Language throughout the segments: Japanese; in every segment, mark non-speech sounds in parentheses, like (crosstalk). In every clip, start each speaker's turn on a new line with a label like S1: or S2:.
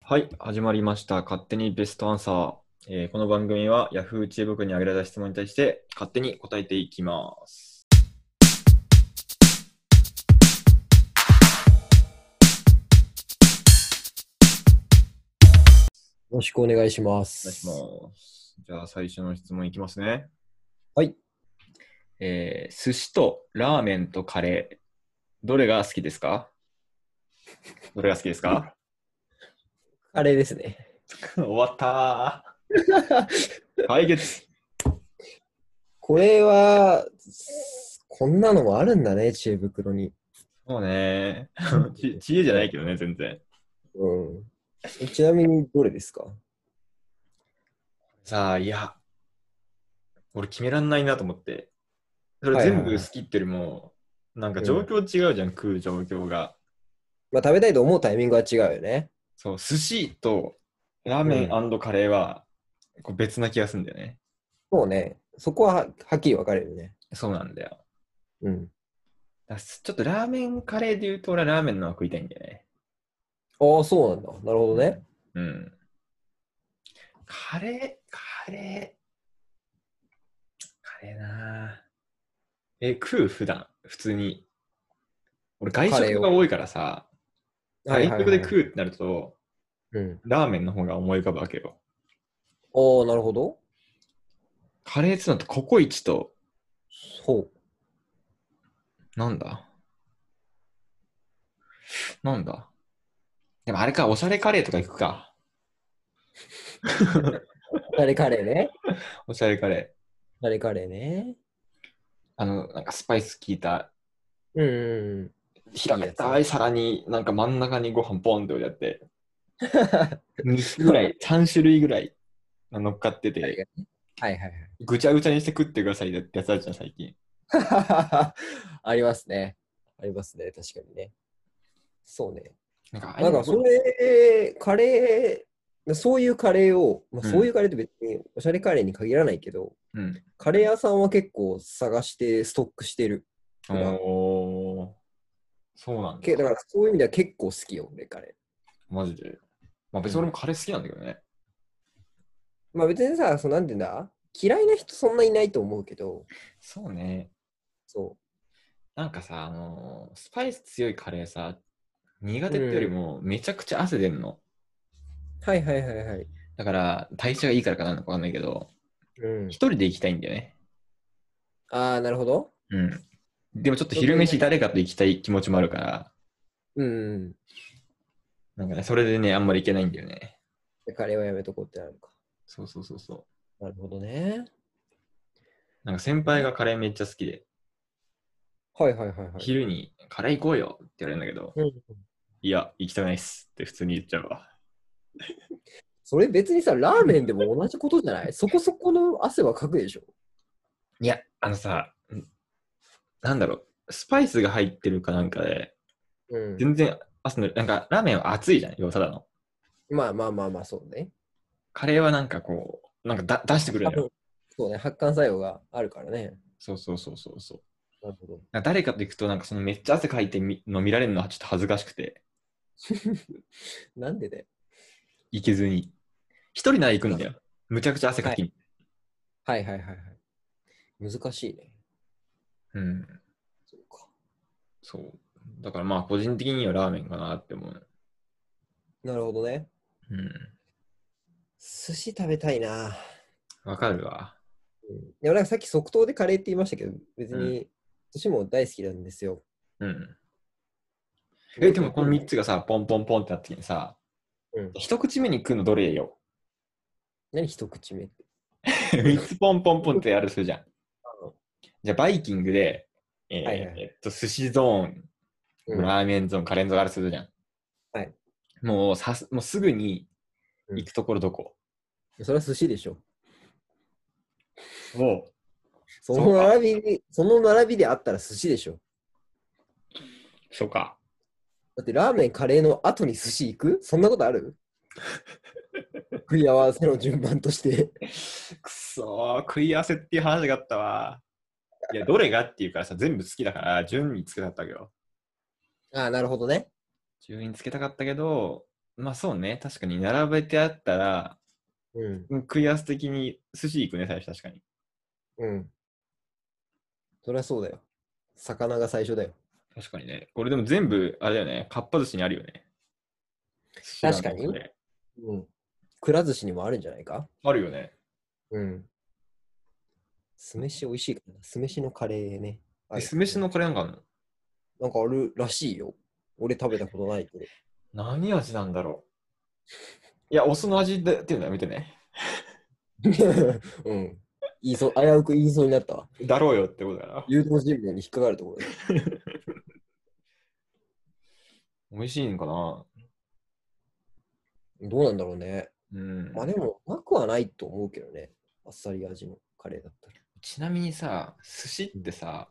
S1: はい、始まりました。勝手にベストアンサー。えーこの番組は Yahoo 知恵袋に挙げられた質問に対して勝手に答えていきます。
S2: よろしくお願いしま
S1: お願いし
S2: す。
S1: ます。じゃあ最初の質問いきますね。
S2: はい。
S1: えー、寿司とラーメンとカレー、どれが好きですかどれが好きですか
S2: カレーですね。
S1: (laughs) 終わったー。解決。
S2: これは、こんなのもあるんだね、知恵
S1: (laughs)
S2: 袋に。
S1: そうね (laughs) ち。知恵じゃないけどね、全然。
S2: うん。えちなみに、どれですか
S1: さあ、いや、俺決めらんないなと思って。それ
S2: はいはいは
S1: 全
S2: い
S1: 部好きってよりも、なんか状況違うじゃん、食う状況が。
S2: まあ、食べたいと思うタイミングは違うよね。
S1: そう、寿司とラーメンカレーは、こう別な気がするんだよね。
S2: そうね。そこはははっきり分かれるね。
S1: そうなんだよ。
S2: うん。
S1: だからすちょっとラーメンカレーで言うと、俺はラーメンの方が食いたいんだよね。
S2: ああ、そうなんだ。なるほどね。
S1: うん。カレー、カレー。カレーなぁ。え、食う普段、普通に。俺、外
S2: カレー
S1: 食
S2: を
S1: が多いからさ、
S2: は
S1: 外
S2: いはい
S1: 食
S2: はい
S1: で食うってなると、
S2: うん。
S1: ラーメンの方が思い浮かぶわけよ。
S2: ああ、なるほど。
S1: カレーっつうのとココイチと、
S2: そう。
S1: なんだなんだでもあれか、おしゃれカレーとか行くか。
S2: カレーカレーね。
S1: おしゃれカレー。
S2: カレーカレーね。
S1: あの、なんかスパイス効いた、
S2: うんうん (laughs) うん。
S1: 平べったい皿に、なんか真ん中にご飯ポンって置いてあって、3つぐらい、3種類ぐらい乗っかって
S2: カレー
S1: て、
S2: がねはいはいはい。
S1: ぐちゃぐちゃにして食ってくださいってやつあるじゃん、最近。
S2: (laughs) ありますね。ありますね、確かにね。そうね。
S1: なんかああい
S2: な
S1: うんの
S2: か、それ、カレー、そういうカレーを、まあ、
S1: うん
S2: そういうカレーって別におしゃれカレーに限らないけど、
S1: うん。
S2: カレー屋さんは結構探してストックしてる。
S1: おーそうなんだ。
S2: けだから、そういう意味では結構好きよ、俺、カレ
S1: マジで。まあ別に俺もカレー好きなんだけどね。
S2: ー。まあ別にさ、そのなんていうんだ嫌いな人そんないないと思うけど、
S1: そうね。
S2: そ
S1: なんかさ、あのースパイス強いカレーさ、苦手ってよりもめちゃくちゃ汗出んの。
S2: う。はいはいはいはい。
S1: だから、代謝がいいからかなんのかわかんないけど、
S2: うん
S1: 一、人で行きたいんだよね。
S2: ああ、なるほど。
S1: うん。でもちょっと昼飯誰かと行きたい気持ちもあるから、
S2: うん。
S1: なんかね、それでね、あんまり行けないんだよね。
S2: カレーはやめとこうってなるか。
S1: そうそうそうそ
S2: なるほどね。
S1: う。なんか先輩がカレーめっちゃ好きで、
S2: はいはいはいはい。
S1: 昼にカレー行こうよって言われるんだけど、
S2: うん
S1: いや、行きたくないっすって普通に言っちゃうわ。
S2: それ別にさ、ラーメンでも同じことじゃないそこそこの汗はかくでしょ
S1: いや、あのさ、んなんだろう、スパイスが入ってるかなんかで、
S2: うん
S1: 全然、朝の、なんか、ラーメンは熱いじゃん、要はただの。
S2: まあまあまあまあ、そうね。
S1: カレーはなんかこう、なんかだ出してくる
S2: 多
S1: のよ
S2: 分。そうね、発汗作用があるからね。
S1: そうそうそうそうそう。
S2: なるほど。
S1: なんか誰かと行くと、なんかそのめっちゃ汗かいてみの見られるのはちょっと恥ずかしくて、
S2: (laughs) なんでだよ。
S1: 行けずに。一人なら行くんだよ。むちゃくちゃ汗かきに。
S2: はいはいはいはい。難しいね。
S1: うん。
S2: そうか。
S1: そう。だからまあ、個人的にはラーメンかなって思う。
S2: なるほどね。
S1: うん。
S2: 寿司食べたいな。
S1: わかるわ。
S2: うん、でもなんかさっき即答でカレーって言いましたけど、別
S1: う
S2: に寿司も大好きなんですよ。
S1: うん。え、でもこの3つがさ、ポンポンポンってなった時にさ、
S2: うん
S1: 一口目に食うのどれよ
S2: 何一口目って。
S1: ?3 つポンポンポンってやるするじゃん
S2: うん。
S1: じゃあ、バイキングで、えー
S2: はいはいはい
S1: えっと、寿司ゾーン、
S2: うん
S1: ラーメンゾーン、カレンゾーンがあるとするじゃん。
S2: はい。
S1: もうさす、もうすぐに行くところどこ、
S2: それは寿司でしょ。
S1: もう、
S2: そ
S1: そう
S2: の
S1: か
S2: 並びに、その並びであったら寿司でしょ。
S1: そうか。
S2: だってラーメン、カレーの後に寿司行くそんなこと
S1: (laughs)
S2: ある食い合わせの順番として。
S1: くそー、食い合わせっていう話があったわ。いや、どれがっていうからさ、全部好きだから、順位つけたかったわけど。
S2: ああ、なるほどね。
S1: 順位つけたかったけど、まあそうね、確かに並べてあったら、
S2: うん。
S1: うん食い合わせ的に寿司行くね、最初確かに。
S2: うん。そりゃそうだよ。魚が最初だよ。
S1: 確かにね。これでも全部、あれだよね、かっぱ寿司にあるよね。
S2: 確かに
S1: 寿司なんだよね
S2: うん。くら寿司にもあるんじゃないか
S1: あるよね。
S2: うん。酢飯美味しいからな。酢飯のカレーね。あ
S1: え酢飯のカレーなんかあるの
S2: なんかあるらしいよ。俺食べたことないけど。
S1: 何味なんだろういや、お酢の味でっていうのは見てね。
S2: (laughs) うん。言いそう、危うく言いそうになったわ。
S1: だろうよってことだな。
S2: 誘導尋問に引っかかるところだよ
S1: 美味しいのかな
S2: どうなんだろうね。
S1: うん
S2: まあでも、うまくはないと思うけどね。あっさり味のカレーだったら。
S1: ちなみにさ、寿司ってさ、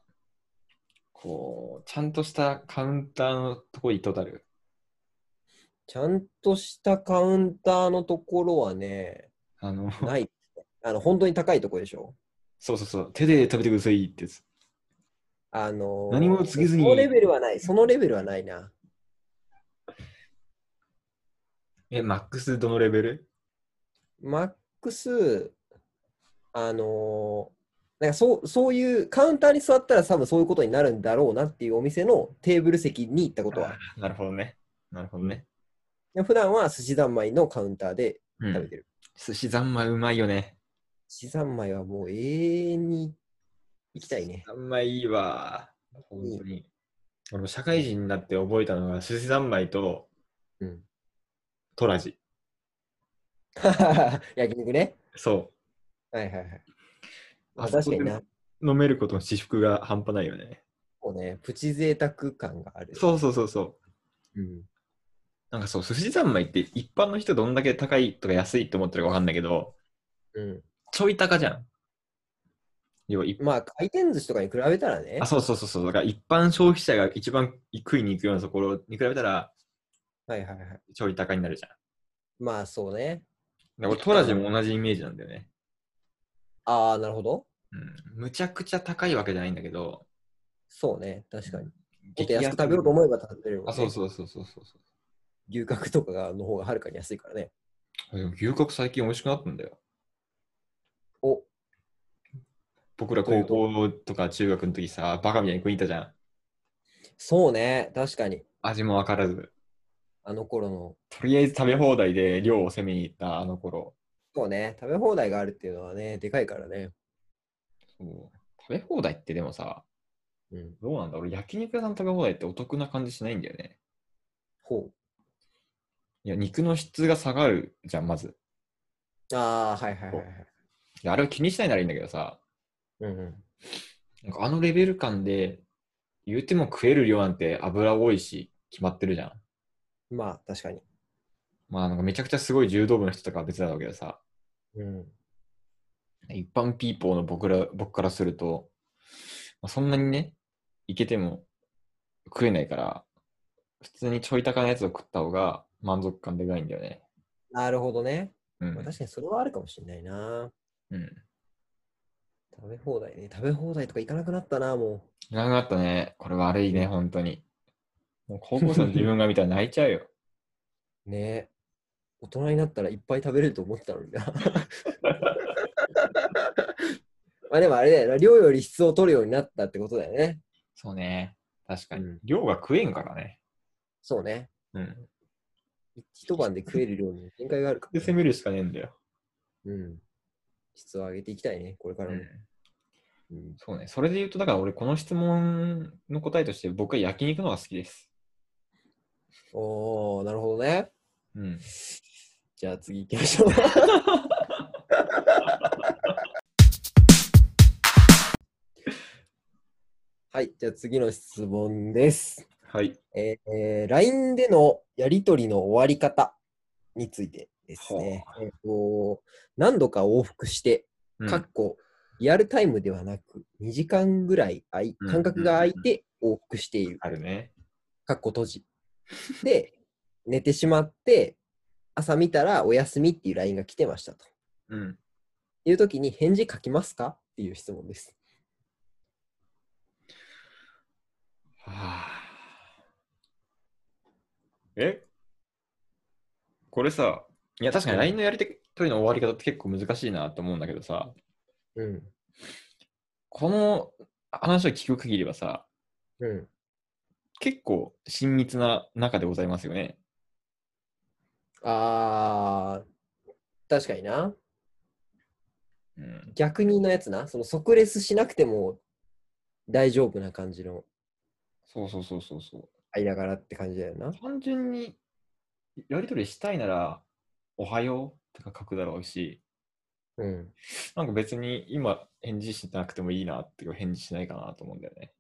S1: こう、ちゃんとしたカウンターのとこ行ったことある
S2: ちゃんとしたカウンターのところはね、
S1: あの、
S2: ない。あの、本当に高いところでしょ。
S1: そうそうそう、手で食べてくださいってやつ。
S2: あのー
S1: 何も告げずに
S2: そのレベルはない。そのレベルはないな。
S1: え、マックスどのレベル
S2: マックス、あのーなんかそうそういう、カウンターに座ったら多分そういうことになるんだろうなっていうお店のテーブル席に行ったことは。
S1: なるほどね。なるほどね。
S2: 普段は寿司三昧のカウンターで
S1: う
S2: 食べ
S1: ん、
S2: てる。
S1: 寿司三昧うまいよね。
S2: 寿司三昧はもう永遠に行きたいね。
S1: 三昧いいわ。本当に。俺も社会人になって覚えたのが、寿司三昧と
S2: うん。 (laughs)
S1: トラジ。
S2: 焼肉ね。
S1: そう。
S2: はいはいはい。ま
S1: あ
S2: あ、
S1: そ
S2: 確
S1: こ
S2: か
S1: で
S2: にな。
S1: 飲めることの私服が半端ないよね。
S2: こうね、プチ贅沢感がある。
S1: そうそうそうそう。
S2: う。ん。
S1: なんかそう、寿司三昧って一般の人どんだけ高いとか安いって思ってるかわかんないけど、
S2: うん。
S1: ちょい高じゃん。要は一
S2: まあ、回転寿司とかに比べたらね
S1: あ、。そうそうそうそう。だから一般消費者が一番食いに行くようなところに比べたら、
S2: はいはいはい。
S1: ちょい高になるじゃん。
S2: まあ、そうね。
S1: だから俺トラジも同じイメージなんだよね。
S2: ああ、なるほど。
S1: うん。むちゃくちゃ高いわけじゃないんだけど、
S2: そうね。確かに。もっ
S1: 激
S2: と安く食べようと思えば食べれるもん、ね。
S1: あ、そうそうそうそうそうそ
S2: 牛角とかがの方がはるかに安いからね。
S1: う。でも牛角最近美味しくなったんだよ。
S2: お、
S1: 僕ら高校とか中学の時さ、バカみたいに食いに行ったじゃん。
S2: そうね。確かに。
S1: 味もわからず。
S2: あの頃の。
S1: とりあえず食べ放題で量を攻めに行ったあの頃。
S2: そうね。食べ放題があるっていうのはね、でかいからね。
S1: そう食べ放題ってでもさ、
S2: うん。
S1: どうなんだ俺焼肉屋さんの食べ放題ってお得な感じしないんだよね。
S2: ほ
S1: いや、肉の質が下がるじゃん、まず。
S2: う。ああ、はいはいはいはい。
S1: いやあれを気にしないならいいんだけどさ、
S2: うんうん。
S1: なんかあのレベル感で、言うても食える量なんて油多いし、決まってるじゃん。
S2: まあ、確かに。
S1: まあ、なんかめちゃくちゃすごい柔道部の人とかは別だろうけどさ、
S2: うん。
S1: 一般ピーポーの僕ら僕からすると、まあ、そんなにね、いけても食えないから、普通にちょい高なやつを食った方が満足感でかいんだよね。
S2: なるほどね。
S1: うん
S2: まあ、。確かにそれはあるかもしれないな。
S1: うん。
S2: 食べ放題ね。食べ放題とか行かなくなったな、も
S1: 長かったね。これ悪いね、本当に。もう高校生の自分が見たら泣いちゃうよ。
S2: う。ね大人になったらいっぱい食べれると思ってたのに (laughs) な。まあでもあれだよな、量より質を取るようになったってことだよね。
S1: (laughs) そうね。確かに。
S2: うん
S1: 量が食えんからね。
S2: そうね。
S1: うん。
S2: 一晩で食える量に限界があるか
S1: で、
S2: ら、ね。
S1: 攻めるしかねえんだよ。
S2: うん。質を上げていきたいね、これから
S1: う
S2: も
S1: ん。
S2: うん
S1: そうね。それで言うと、だから俺、この質問の答えとして、僕は焼肉の方が好きです。
S2: おー、なるほどね。
S1: うん。
S2: じゃあ次行きま (laughs) しょう。はい、じゃあ次の質問です。
S1: はい。
S2: えーえー LINE でのやり取りの終わり方についてですね。えーと何度か往復して、
S1: うん
S2: かっこ、リアルタイムではなく、2時間ぐらいあい
S1: うん
S2: 間隔が空いて往復している。
S1: あるね。
S2: かっこ閉じ。で、寝てしまって、朝見たらお休みっていう LINE が来てましたと。
S1: うん。
S2: いう時に返事書きますかっていう質問です。
S1: はあ。えこれさ、いや確かに LINE のやり取りの終わり方って結構難しいなと思うんだけどさ、
S2: うん。
S1: この話を聞く限りはさ、
S2: うん。
S1: 結構親密な中でございますよね。
S2: あー、確かにな。
S1: うん、
S2: 逆にのやつな。その即レスしなくても大丈夫な感じの
S1: そうそうそうそうそう。
S2: 間柄って感じだよな。
S1: 単純にやり取りしたいなら、おはようとか書くだろうし、
S2: うん。
S1: なんか別に今返事しなくてもいいなっていう返事しないかなと思うんだよね。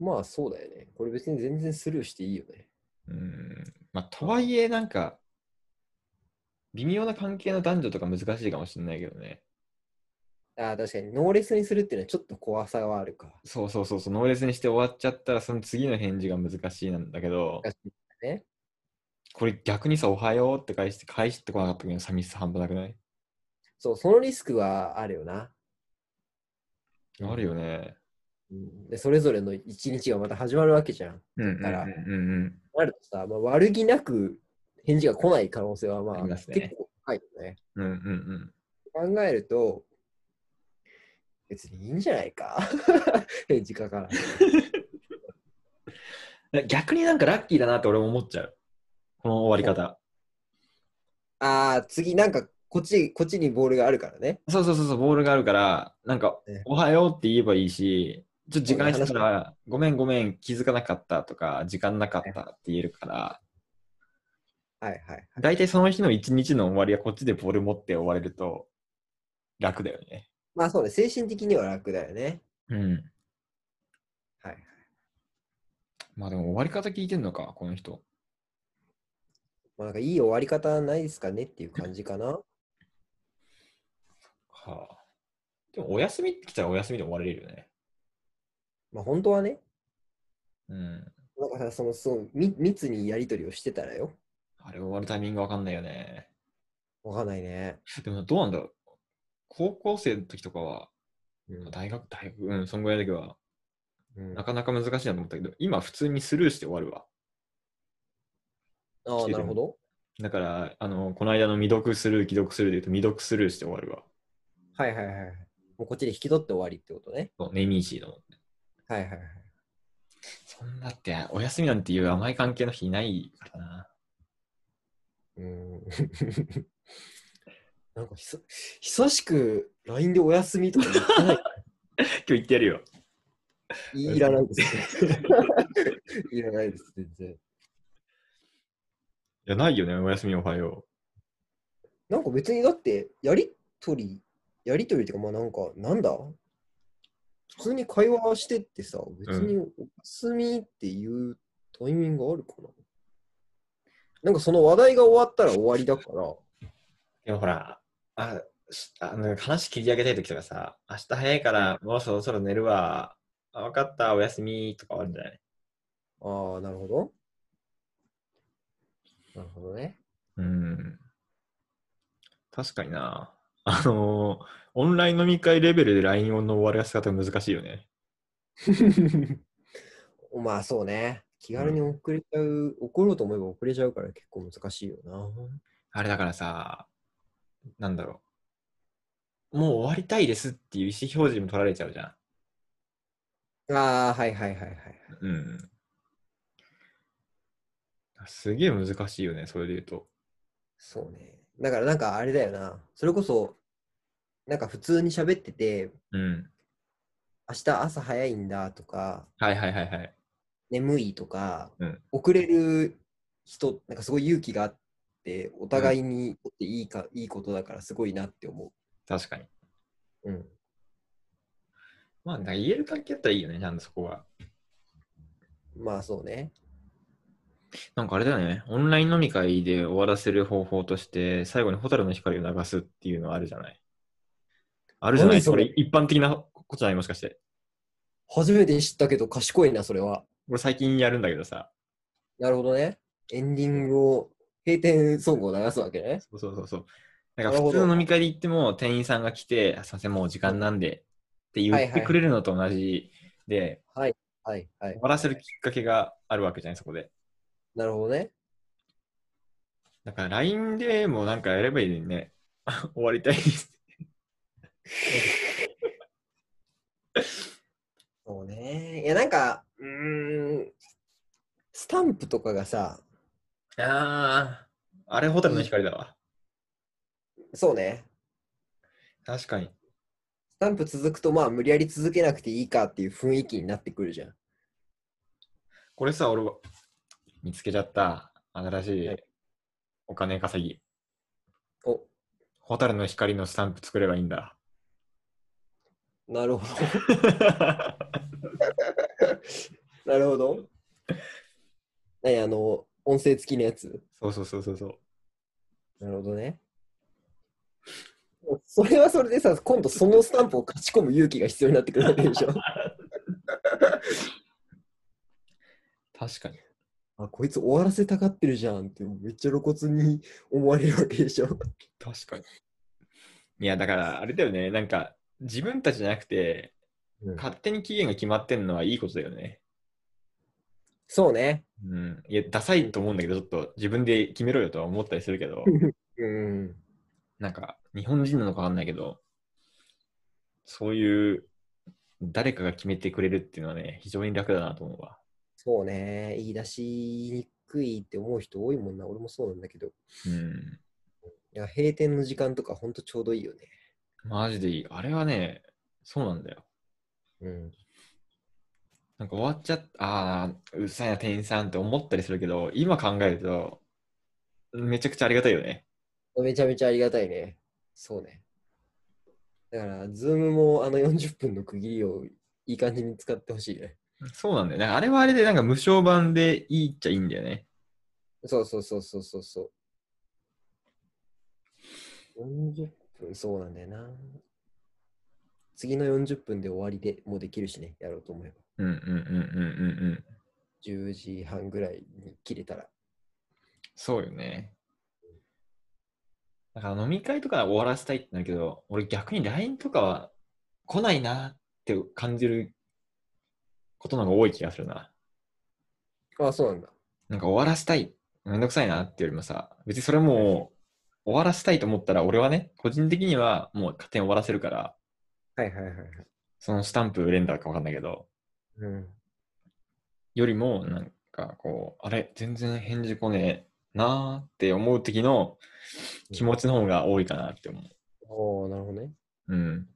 S2: まあそうだよね。これ別に全然スルーしていいよね。
S1: うん。まあ、とはいえ、なんか、微妙な関係の男女とか難しいかもしれないけどね。
S2: ああ、確かにノーレスにするっていうのはちょっと怖さはあるか。
S1: そうそうそうそう、ノーレスにして終わっちゃったら、その次の返事が難しいなんだけど、
S2: 確かにね。
S1: これ逆にさ、おはようって返して、返してこなかった時の寂しさ半端なくない
S2: そう、そのリスクはあるよな。
S1: あるよね。
S2: うんで、それぞれの一日がまた始まるわけじゃん。
S1: うんうんうんうん
S2: なるとさ、まあ、悪気なく返事が来ない可能性はまあ
S1: ありますね
S2: 結構高いよね。
S1: うん。うんうん
S2: 考えると、別にいいんじゃないか。 (laughs) 返事かからない。
S1: うん。逆になんかラッキーだなって俺も思っちゃう。この終わり方。
S2: ああ、次なんかこっち、こっちにボールがあるからね。
S1: そうそうそうそう、ボールがあるから、なんか
S2: ね、
S1: おはようって言えばいいし、ちょっと時間
S2: そう
S1: したら、ごめんごめん、気づかなかったとか、時間なかったって言えるから、
S2: はいはい。
S1: 大体その日の一日の終わりはこっちでボール持って終われると楽だよね。
S2: まあそうね、精神的には楽だよね。
S1: うん。
S2: はいはい。
S1: まあでも終わり方聞いてんのか、この人。
S2: まあなんかいい終わり方ないですかねっていう感じかな。
S1: はあ。でもお休みって来たらお休みで終われるよね。
S2: まあ本当はね、
S1: うん。
S2: なんかさ、そのすごい密密にやり取りをしてたらよ。
S1: あれ終わるタイミングわかんないよね。
S2: わかんないね。
S1: でもどうなんだろう。高校生の時とかは、
S2: うん
S1: 大学、大学、うん、そんぐらいの時は、
S2: うん、
S1: な
S2: あ
S1: かなか難しいなと思ったけど、今普通にスルーして終わるわ。
S2: あ、なるほど。
S1: だから、あの、この間の未読スルー、既読スルーで言うと未読スルーして終わるわ。
S2: はいはいはいはい。もうこっちで引き取って終わりってことね。
S1: そうネイミーシーと思って。
S2: はいはいはい。
S1: そんなって、お休みなんていう甘い関係の日いないからな。
S2: うーん。 (laughs) なんかひそ、久しく LINE でお休みとか言ってない。
S1: 今日言ってやるよ。
S2: いらないですね。 (laughs) いらないです、全然。
S1: いや、ないよね、お休みおはよ
S2: なんか別にだって、やりとり、やりとりっていうか、まあなんか、なんだ普通に会話してってさ、別にお休みっていうタイミングあるかな、なんかその話題が終わったら終わりだから、
S1: う。でもほら、あ、しあの話切り上げたい時とかさ、明日早いからもうそろそろ寝るわ。あ、わかった、お休みとかあるんじゃない
S2: ああ、なるほど。なるほどね。
S1: うん。確かにな。あのーオンライン飲み会レベルで LINE の終わらせ方難しいよね。
S2: まあそうね。気軽に遅れちゃう、送ろうと思えば遅れちゃうから結構難しいよな。
S1: あれだからさ、なんだろう。もう終わりたいですっていう意思表示も取られちゃうじゃん。
S2: ああ、はいはいはいはい。
S1: うん。すげえ難しいよね、それで言うと。
S2: そうね。だからなんかあれだよな。それこそ、なんか普通に喋ってて、
S1: うん。
S2: 明日朝早いんだとか、
S1: はいはいはいはい。
S2: 眠いとか、
S1: うん
S2: 遅れる人、なんかすごい勇気があって、お互いにとっていいか、いいことだからすごいなって思
S1: 確かに。
S2: う。うん。
S1: まあ、なんか言える関係だったらいいよね、ちゃんとそこは。
S2: まあそうね。
S1: なんかあれだよね、オンライン飲み会で終わらせる方法として、最後に蛍の光を流すっていうのはあるじゃない。あるじゃない
S2: 何そ
S1: こ
S2: れ
S1: れ一般的なことじゃないもしかして。
S2: 初めて知ったけど賢いな、それは。
S1: 俺最近やるんだけどさ。
S2: なるほどね。エンディングを、閉店ソングを流すわけね。
S1: そうそうそうそう。なん
S2: なる
S1: か普
S2: ほど
S1: 通の飲み会で行っても店員さんが来て、あすいません、もう時間なんでって言
S2: はい
S1: っ
S2: は
S1: て
S2: い
S1: くれるのと同じで、
S2: はいはい
S1: 終。わらせるきっかけがあるわけじゃない、そこで。
S2: なるほどね。
S1: なんか LINE でもなんかやればいいのにね。 (laughs) 終わりたいです。
S2: そうね。いや、なんか、うーん、スタンプとかがさ、
S1: ああ、あれホタルの光だわ。
S2: そうね。
S1: 確かに。
S2: スタンプ続くと、まあ、無理やり続けなくていいかっていう雰囲気になってくるじゃん。
S1: これさ、俺は見つけちゃった。新しい
S2: はい
S1: お金稼ぎ。
S2: お、
S1: ホタルの光のスタンプ作ればいいんだ。
S2: なるほど。 (laughs) なるほど。何あの、音声付きのやつ。
S1: (laughs) そうそうそうそうそう。
S2: なるほどね。それはそれでさ、今度そのスタンプを勝ち込む勇気が必要になってくるわけでし (laughs) ょ。
S1: 確かに。
S2: あ、こいつ終わらせたがってるじゃんって、めっちゃ露骨に思われるわけでしょ。
S1: 確かに。いや、だから、あれだよね。なんか、自分たちじゃなくて、
S2: うん
S1: 勝手に期限が決まってんのはいいことだよね。
S2: そうね。
S1: うん。いや、ダサいと思うんだけど、ちょっと自分で決めろよとは思ったりするけ (laughs) ど、
S2: うん。
S1: なんか、日本人なのかわかんないけど、そういう、誰かが決めてくれるっていうのはね、非常に楽だなと思うわ。
S2: そうね。言い出しにくいって思う人多いもんな。俺もそうなんだけど。い
S1: うん。
S2: や、閉店の時間とかほんとちょうどいいよね。
S1: マジでいい。あれはね、そうなんだよ。
S2: うん。
S1: なんか終わっちゃった、ああ、うるさいな、店員さんって思ったりするけど、今考えると、めちゃくちゃありがたいよね。
S2: めちゃめちゃありがたいね。そうね。だから、ズームもあの40分の区切りをいい感じに使ってほしいね。
S1: そうなんだよね。あれはあれで、なんか無償版でいいっちゃいいんだよね。
S2: そうそうそうそうそうそう。40分、そうなんだよな。次の40分で終わりでもうできるしね、やろうと思えば。
S1: うんうんうんうんうんうん。
S2: 10時半ぐらいに切れたら。
S1: そうよね。だから飲み会とかは終わらせたいってなるけど、俺逆に LINE とかは来ないなって感じることの方が多い気がするな。
S2: ああ、そうなんだ。
S1: なんか終わらせたい。めんどくさいなってよりもさ、別にそれもう終わらせたいと思ったら、俺はね、個人的にはもう勝手に終わらせるから、
S2: はいはいはいはい。
S1: そのスタンプ連打かわかんないけど、
S2: うん。
S1: よりもなんかこう、あれ、全然返事来ねえなーって思う時の気持ちの方が多いかなって思
S2: おおなるほどね。
S1: う。うん。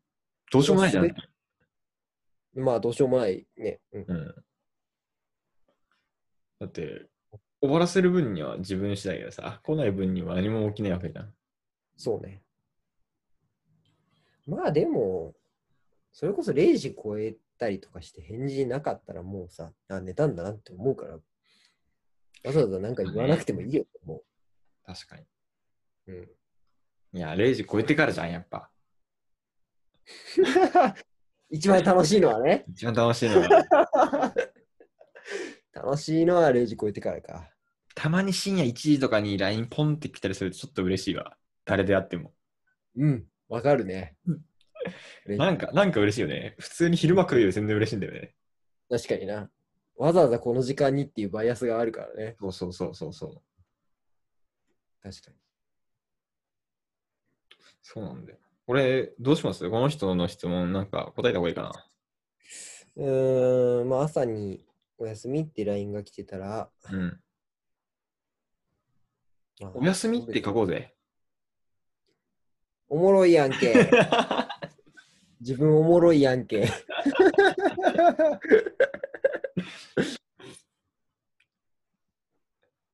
S1: どうしようもないじゃん。
S2: まあ、どうしようもないね。うん。
S1: うん。だって、終わらせる分には自分次第でさ、来ない分には何も起きないわけじゃん。
S2: そうね。まあでも、それこそ0時超えたりとかして返事なかったらもうさ、あ、寝たんだなって思うから、わざわざなんか言わなくてもいいよ、も
S1: 確かに。
S2: う。うん、
S1: いや、0時超えてからじゃん、やっぱ。
S2: 一番楽しいのはね、
S1: 一番楽しいの (laughs) は。
S2: 楽しいのは0時超えてからか。
S1: たまに深夜1時とかに LINE ポンって来たりするとちょっと嬉しいわ。誰であっても。
S2: うん、わかるね
S1: うん。
S2: 嬉しい
S1: なんか、なんか嬉しいよね。普通に昼間来るより全然嬉しいんだよね。
S2: 確かにな。わざわざこの時間にっていうバイアスがあるからね。
S1: そうそうそうそうそう。
S2: 確かに。
S1: そうなんだよ。これ、どうしますこの人の質問、なんか答えた方がいいか
S2: うーん、まあ朝にお休みって LINE が来てたら、
S1: な。うん。
S2: あ
S1: お休みって書こう (laughs) ぜ。
S2: おもろいやんけ。自分おもろいやんけ。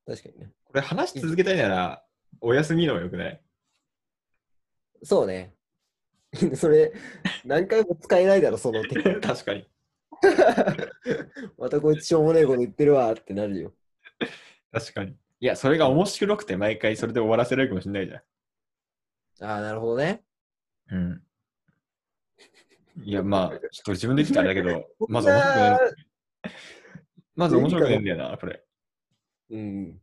S2: 確かにね。
S1: これ話し続けたいなら、お休みの方がよくない
S2: そうね。 (laughs) それ、何回も使えないだろ、その手。
S1: 確かに。
S2: またこいつしょうもないこと言ってるわってなるよ。
S1: 確かに。いや、それが面白くて毎回それで終わらせられるかもしれないじゃん。
S2: ああ、なるほどね。
S1: うん。いや、まあ、ちょっと自分で言ってたらあれだけ (laughs) ど、まず面白くない
S2: な。
S1: まず面白くないんだよな、これ。
S2: うん。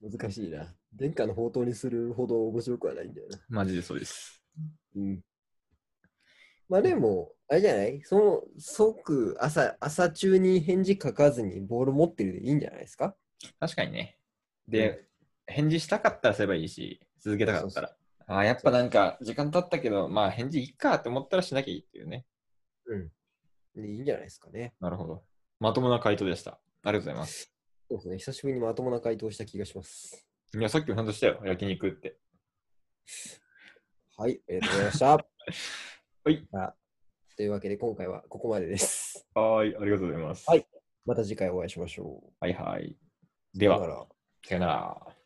S2: 難しいな。殿下の宝刀にするほど面白くはないんだよな。
S1: マジでそうです。
S2: うん。まあでも、あれじゃないその即朝、朝中に返事書かずにボール持ってるでいいんじゃないですか
S1: 確かにね。で、返事したかったらすればいいし、続けたかったら。あーやっぱなんか、時間経ったけど、まあ返事いっかって思ったらしなきゃいいっていうね。
S2: うん。でいいんじゃないですかね。
S1: なるほど。まともな回答でした。ありがとうございます。
S2: そうですね。久しぶりにまともな回答した気がします。
S1: いや、さっきもちゃんとしたよ。焼肉って。
S2: (laughs) はい、ありがとうございました。
S1: はい
S2: あ。というわけで、今回はここまでです。
S1: はーい、ありがとうございます。
S2: はいまた次回お会いしましょう。
S1: はいはい。では
S2: さよなら
S1: さよなら。